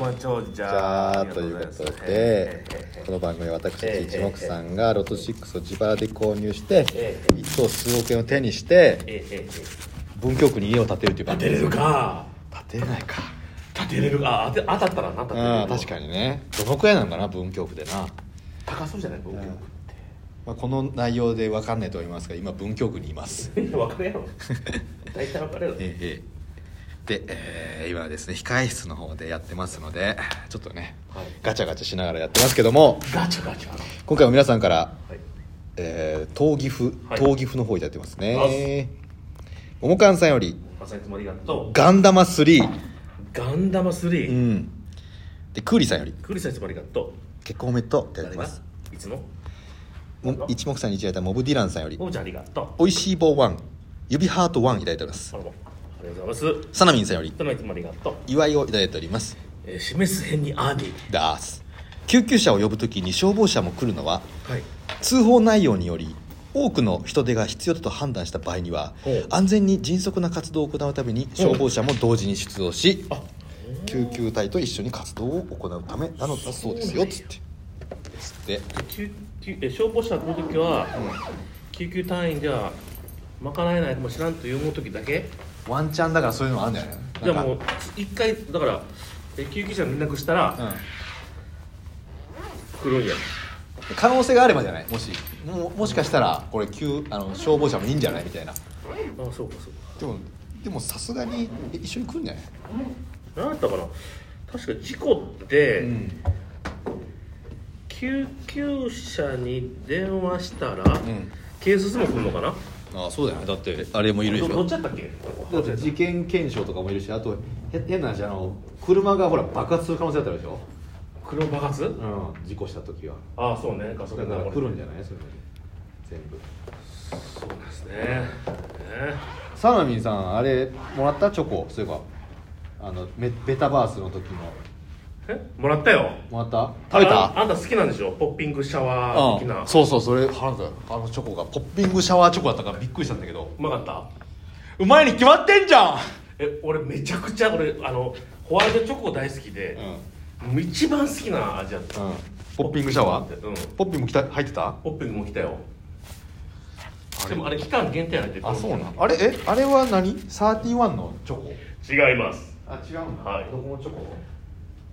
まあ、長寿じじゃゃああということで、ええええこの番組は私ええ一目さんがロト6を自腹で購入して、え一等数億円を手にしてええええ文京区に家を建てるという番立て組れるか建てないか立てれるかあ当て当たったらな立てれるうん確かにねどのくらいなのかな文京区でな、高そうじゃない文京区っまあ、この内容で分かんないと思いますが今文京区にいますていや分かるやろ大体分かる やろええで、えー今はですね控え室の方でやってますのでちょっとね、はいガチャガチャしながらやってますけどもガチャガチャ今回も皆さんからはいえー、東岐阜、はい東岐阜の方いただいてますあっねももかんさんよりまさにつもりがとガンダマ3、ガンダム3、ううん、ん、でクーリーさんよりクリスさんつもりがと結婚おめでとうっていただいて誰がますいつもも一目散にいただいたモブディランさんよりおうちゃんありがとうおいしい棒1指ハート1いただいておりますあらまありがとうございますサナミンさんよりどのいつもありがとう、祝いをいただいておりますえー、示す辺にアーニーダース救急車を呼ぶときに消防車も来るのははい通報内容により多くの人手が必要だと判断した場合にはほう安全に迅速な活動を行うために消防車も同時に出動し救急隊と一緒に活動を行うためなのだそうですよつってですって救急え消防車の時は、救急隊員じゃ賄えないかもしらんという思う時だけワンチャンだからそういうのあるんじゃないじゃあもう一回だからえ救急車に連絡したら、来るんや可能性があればじゃないもしももしかしたらこれ救あの消防車もいいんじゃないみたいなあそうかそうでもでもさすがにえ一緒に来るんじゃないか何だったかな確か事故って、ん救急車に電話したら、ん警察も来るのかなああそうだよねだってあれもいるでどしどょっちだったっけだって事件検証とかもいるしあとへ変な話あの車がほら爆発する可能性あったでしょ、黒爆発うん、事故した時はああそうねガソだリンかがら来るんじゃないそれ全部そうなんですねねサナミンさんあれもらったチョコそういえばあのメメタバースの時のえもらったよもらった食べあたあんた好きなんでしょポッピングシャワー的な、うん、そうそうそれ腹立ったあのチョコがポッピングシャワーチョコだったからびっくりしたんだけどうまかったうまいに決まってんじゃん、え俺めちゃくちゃ俺あのホワイトチョコ大好きで、一番好きな味やった、うん、ポッピングシャワーうんポッピングきた入ってたポッピングも来たよでもあれ期間限定やねってあそうなんあれえあれは何サーティワンのチョコ違いますあ違うんだはいどこのチョコ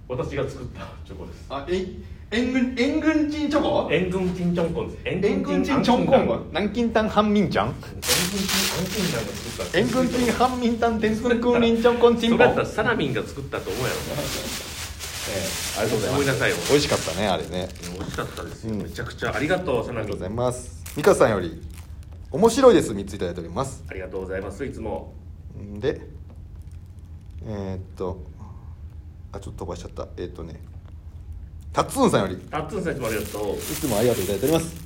私が作ったチョコですあ、え、援軍、援軍チンチョコ援軍チンチョンコンです援軍チンチョンコン南京タン半民ちゃん援軍チンアンチンタンが作った援軍チン半民タン天空空 林チョンコンチンそポれンやったらサラミンが作ったと思うやろありがとうございますごめんなさいよ美味しかったね、あれねあり美味しかったですよ、うんめちゃくちゃありがとうサナがミとうンございます美香さんより面白いです、3ついただいておりますありがとうございますいつもんでえー、っとあ、ちょっと飛ばしちゃったえー、っとねタッツンさんよりタッツンさんいつもありがといつもありがとういただいております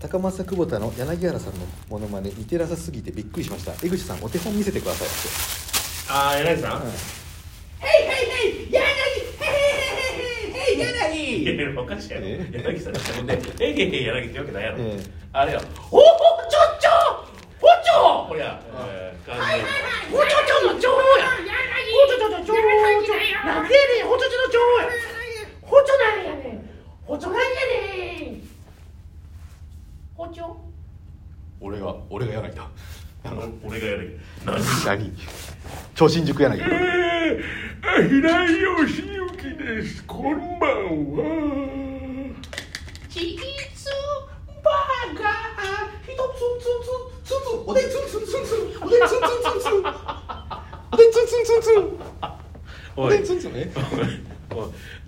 高政久保田の柳原さんのモノマネ似てなさすぎてびっくりしました江口さんお手本見せてくださいってああ柳さん、 Hey, hey, hey, Yanagi! Hey, hey, hey, hey, hey, Yanagi! いやいやおかしいやろえ柳さんが自分で「えいえいえい柳」ってわけないやろ、ええあれや「おおちょちょおちょ!」こりゃ、えー、感じで「おちょちょの女王やおちょちょの女王ちょなんでやねんおちょちょの女王やおちょなんやねんおちょなんやねんおちょ俺が俺が柳だあの俺が柳何何超新宿柳えー、あ平井義行ですこんばんはチーズバーガー一つつつつつおでつつつつつおでつつつつでツンツンツンツンおでいツンツンえおい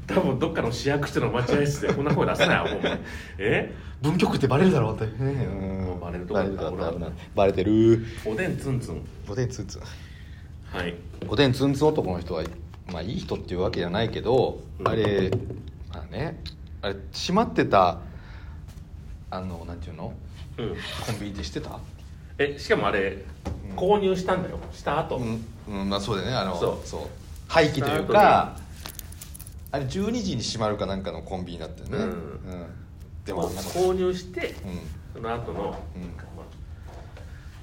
多分どっかの市役所の待合室でこんな声出せないよお前え文京区ってバレるだろうってうんバレるとこバだレっるただろう危ないバレてるおでんつんつんおでんツンツンはいおでんツンツン男の人はまあいい人っていうわけじゃないけど、うんあれまあねあれ閉まってたあのなんていうのうんコンビニでしてたえしかもあれうん購入したんだよした後、うん、うん、まあそうだよねあのそう廃棄というかあれ12時に閉まるかなんかのコンビニだったよね、うんでもあんなの購入してうんその後の、うん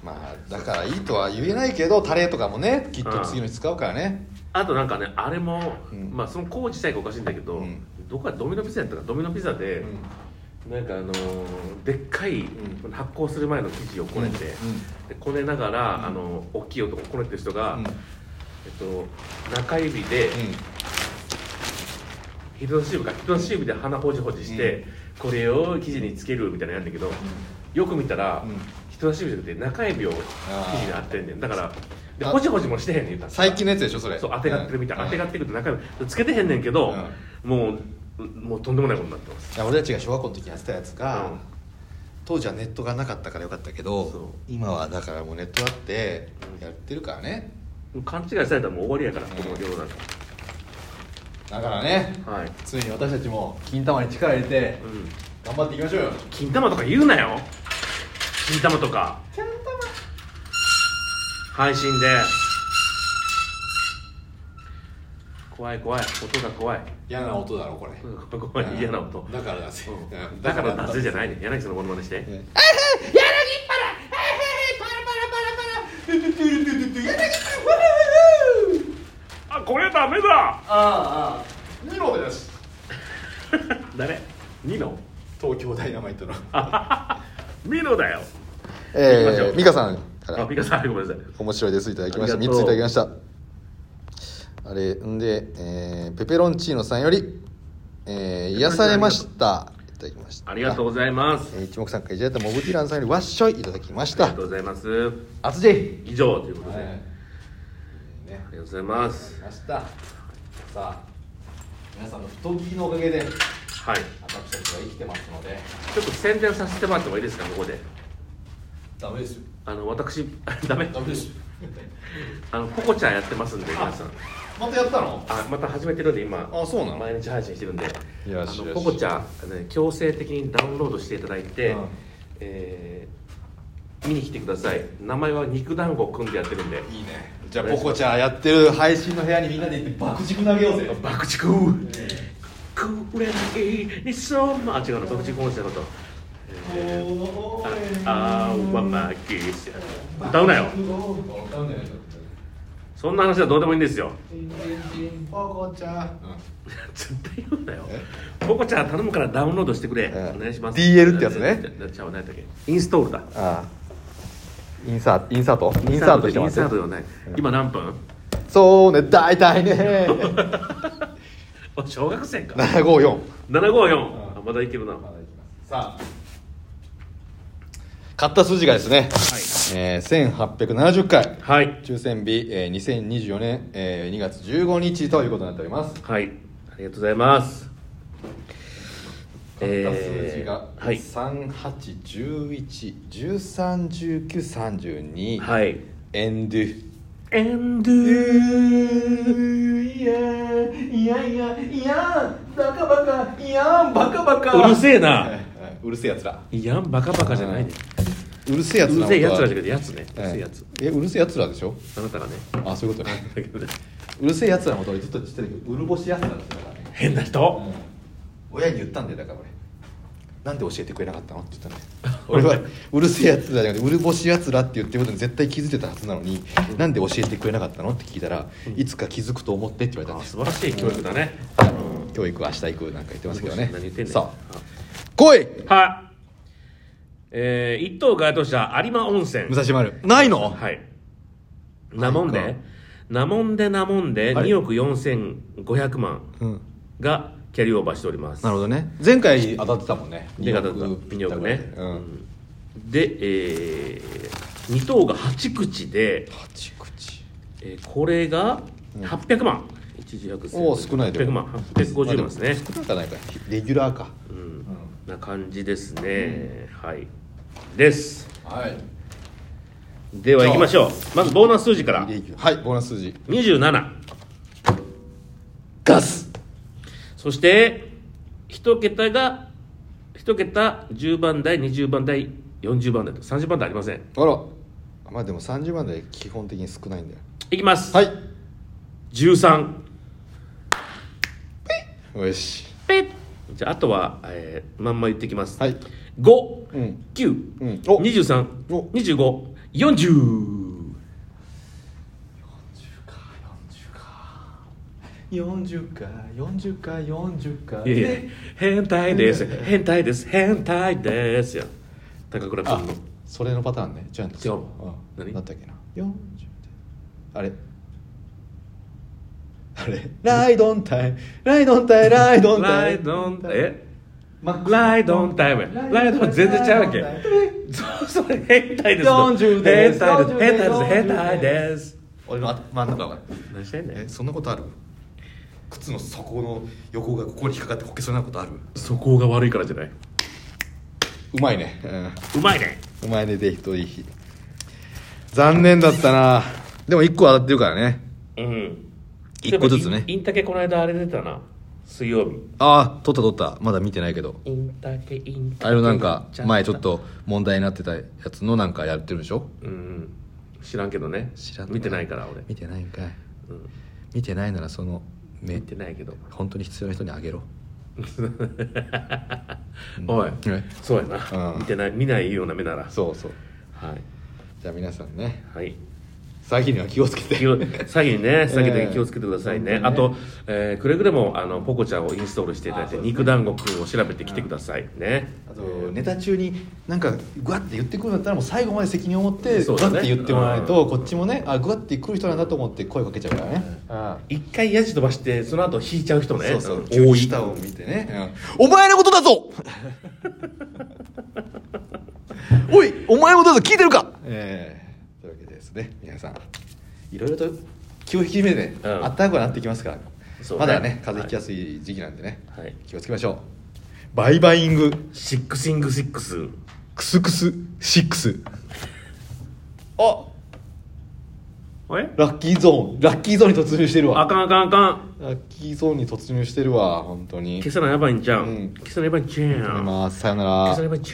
まあまあだからいいとは言えないけどタレとかもねきっと次の日使うからね、あとなんかねあれも、うんまあその工事自体がおかしいんだけど、うんどこかドミノピザやったかドミノピザで、なんかあのーでっかい、ん発酵する前の生地をこねて、でこねながら、あの大きい男をこねてる人が、うんえっと、中指で、人差し指か人差し指で鼻ほじほじして、これを生地につけるみたいなのやるんだけど、よく見たら、うん人差し指じゃなくて中指を生地に当てんねんだからでほじほじもしてへんねん言うたら最近のやつでしょそれそう当てがってるみたい、うん当てがってくると中指つけてへんねんけど、もうもうとんでもないことになってますいや俺たちが小学校の時やってたやつが、うん当時はネットがなかったからよかったけそうど今はだからもうネットあってやってるからねもう勘違いされたらもう終わりやから、うんこの世の中だからねはい、ついに私たちも金玉に力入れてうん、頑張っていきましょうよ金玉とか言うなよ金玉とか金玉配信で怖い怖い音が怖い嫌な音だろこれ音が怖い嫌な音だからだぜうんだから脱税じゃないね柳さんのものまねしてあこれダメだああニノだし誰ミノ東京ダイナマイトのミノだよえ行きましょうー、美香さんかあらピカさんごめんなさい面白いですいただきましたあり3がとつういただきましたあれんで、えーペペロンチーノさんより、えー、癒されましたいただきましたありがとうございますえー一目散会いただいたモブティランさんよりわっしょいいただきましありたがとうございますあつじい以上ということで、あねりがとうございますましたさあ皆さんの太切りのおかげではい私たちは生きてますのでちょっと宣伝させてもらってもいいですかここでダメですよあの私 ダメメですよ あのココちゃんやってますんで皆さんまたやったのあまた始めてるんで今あそうなの毎日配信してるんでよしあよのしココちゃんあのね強制的にダウンロードしていただいて、うんえー見に来てください名前は肉団子くんでやってるんでいいねじゃあポコちゃんやってる配信の部屋にみんなで行って爆竹投げようぜ爆竹くれないにそうまあ違うの爆竹音声のことえーああわまきし歌うなよそんな話はどうでもいいんですよポコちゃん絶対言うんだよえ。ポコちゃん頼むからダウンロードしてくれ。うんお願いします。 DL ってやつねな。ちゃう何だっけ。インストールだ。ああインサートインサートインサートしてイまンすサートではない。今何分？そうね大体 ねあ小学生か。 754七五四ん。あまだいけるな。さあ買った筋がですね、えー、1870回はい抽選日、えー、2024年、えー、2月15日ということになっておりますはい。ありがとうございます。買った数字が、えーはい3 8 1 1 1 3 1 9 3 2はい。エンドゥエンドゥ。いやいやいやいやバカバカいやバカバうるえせえな。うるせえやつらいやんバカバカじゃないね。うるせえやうつるらせえやつらだけどやつね。うるせえやつ。えうるせえやつらでしょあなたがね。あそういうことねだけどねうるせえやつらのこと俺ずっと知ってるけどうるぼしやつらですよだからね変な人。親に言ったんだよだから俺なんで教えてくれなかったのって言ったんだよ 俺はうるせえやつらじゃなくてうるぼしやつらって言ってることに絶対気づいてたはずなのに、なんで教えてくれなかったのって聞いたら、いつか気づくと思ってって言われたんあです素晴らしい教育だね。教育明日行くなんか言ってますけどね何言ってんねんさあ来いはい。えー、一等該当者有馬温泉武。蔵丸ないのはい。なもんなんでか、なもんでなもんであれ2億4500万うんがキャリーオーバーしております。なるほどね前回当たってたもんねで、がたった二2億ね。ううんんで、えー、2等が8口で、八口えーこれが800万。一時約おー少ないで800も万、850万ですね。少なくはないかレギュラーかうん。な感じですね。はい。です。はいでは行きましょう。まずボーナス数字から。はいボーナス数字27ガスそして1桁が1桁10番台20番台40番台と30番台ありませんあらまあでも30番で基本的に少ないんだよいきます、はい13よしペッじゃああとは、えーまんま言ってきます、はい5うん9うんお23お2540か40か40回40回40回いやいやで変態です変態です変態ですよ高倉あ君のそれのパターンね違うんです違うのうん何なんだっけな40あれ あれライドンタイムライドンタイムライドンタライイムドンえマックスライドンタイムライドン全然違うわけライドンタイムそうそれ変態ですよ40変で態ですす変態です40変態です俺の頭の中が何してんねえんそんなことある靴の底の横がここに引っかかってこけそうなことあるそこが悪いからじゃないうまいねうんうまいねお前ねで一人残念だったなでも1個当たってるからねうん一個ずつねインインタケこの間あれ出たな水曜日ああ取った取ったまだ見てないけどインタケインタケあれのなんかちゃ前ちょっと問題になってたやつのなんかやってるでしょうん知らんけどね知らん見てないから俺見てないんかいうん見てないならその見ねてないけど本当に必要な人にあげろおいえそうやなうん見てない見ないような目ならそうそうはいじゃあ皆さんねはい詐欺には気をつけて気を詐欺ね詐欺だけ気をつけてくださいね、あと、えーくれぐれもあのポコちゃんをインストールしていただいて、肉団子くんを調べてきてくださいねあとネタ中になんかグワって言ってくるんだったらもう最後まで責任を持ってグそうワだっねて言ってもらえないとうんこっちもねあグワって来る人なんだと思って声かけちゃうからねあ一回ヤジ飛ばしてその後引いちゃう人あねそうそう多い下を見てねうんお前のことだ ぞおいお前のことだぞ聞いてるかええというわけでですね皆さんいろいろと気を引き締めてねうんあったかくなってきますからそうねまだね風邪ひきやすい時期なんでねはい気をつけましょうバイバイングシックスイングシックスクスクスシックスあえラッキーゾーンラッキーゾーンに突入してるあわかんあかんあかんラッキーゾーンに突入してるわ本当に消さなやばいんじゃん、うん消さなやばいんじゃんまあさよな消らさなやばいんじゃん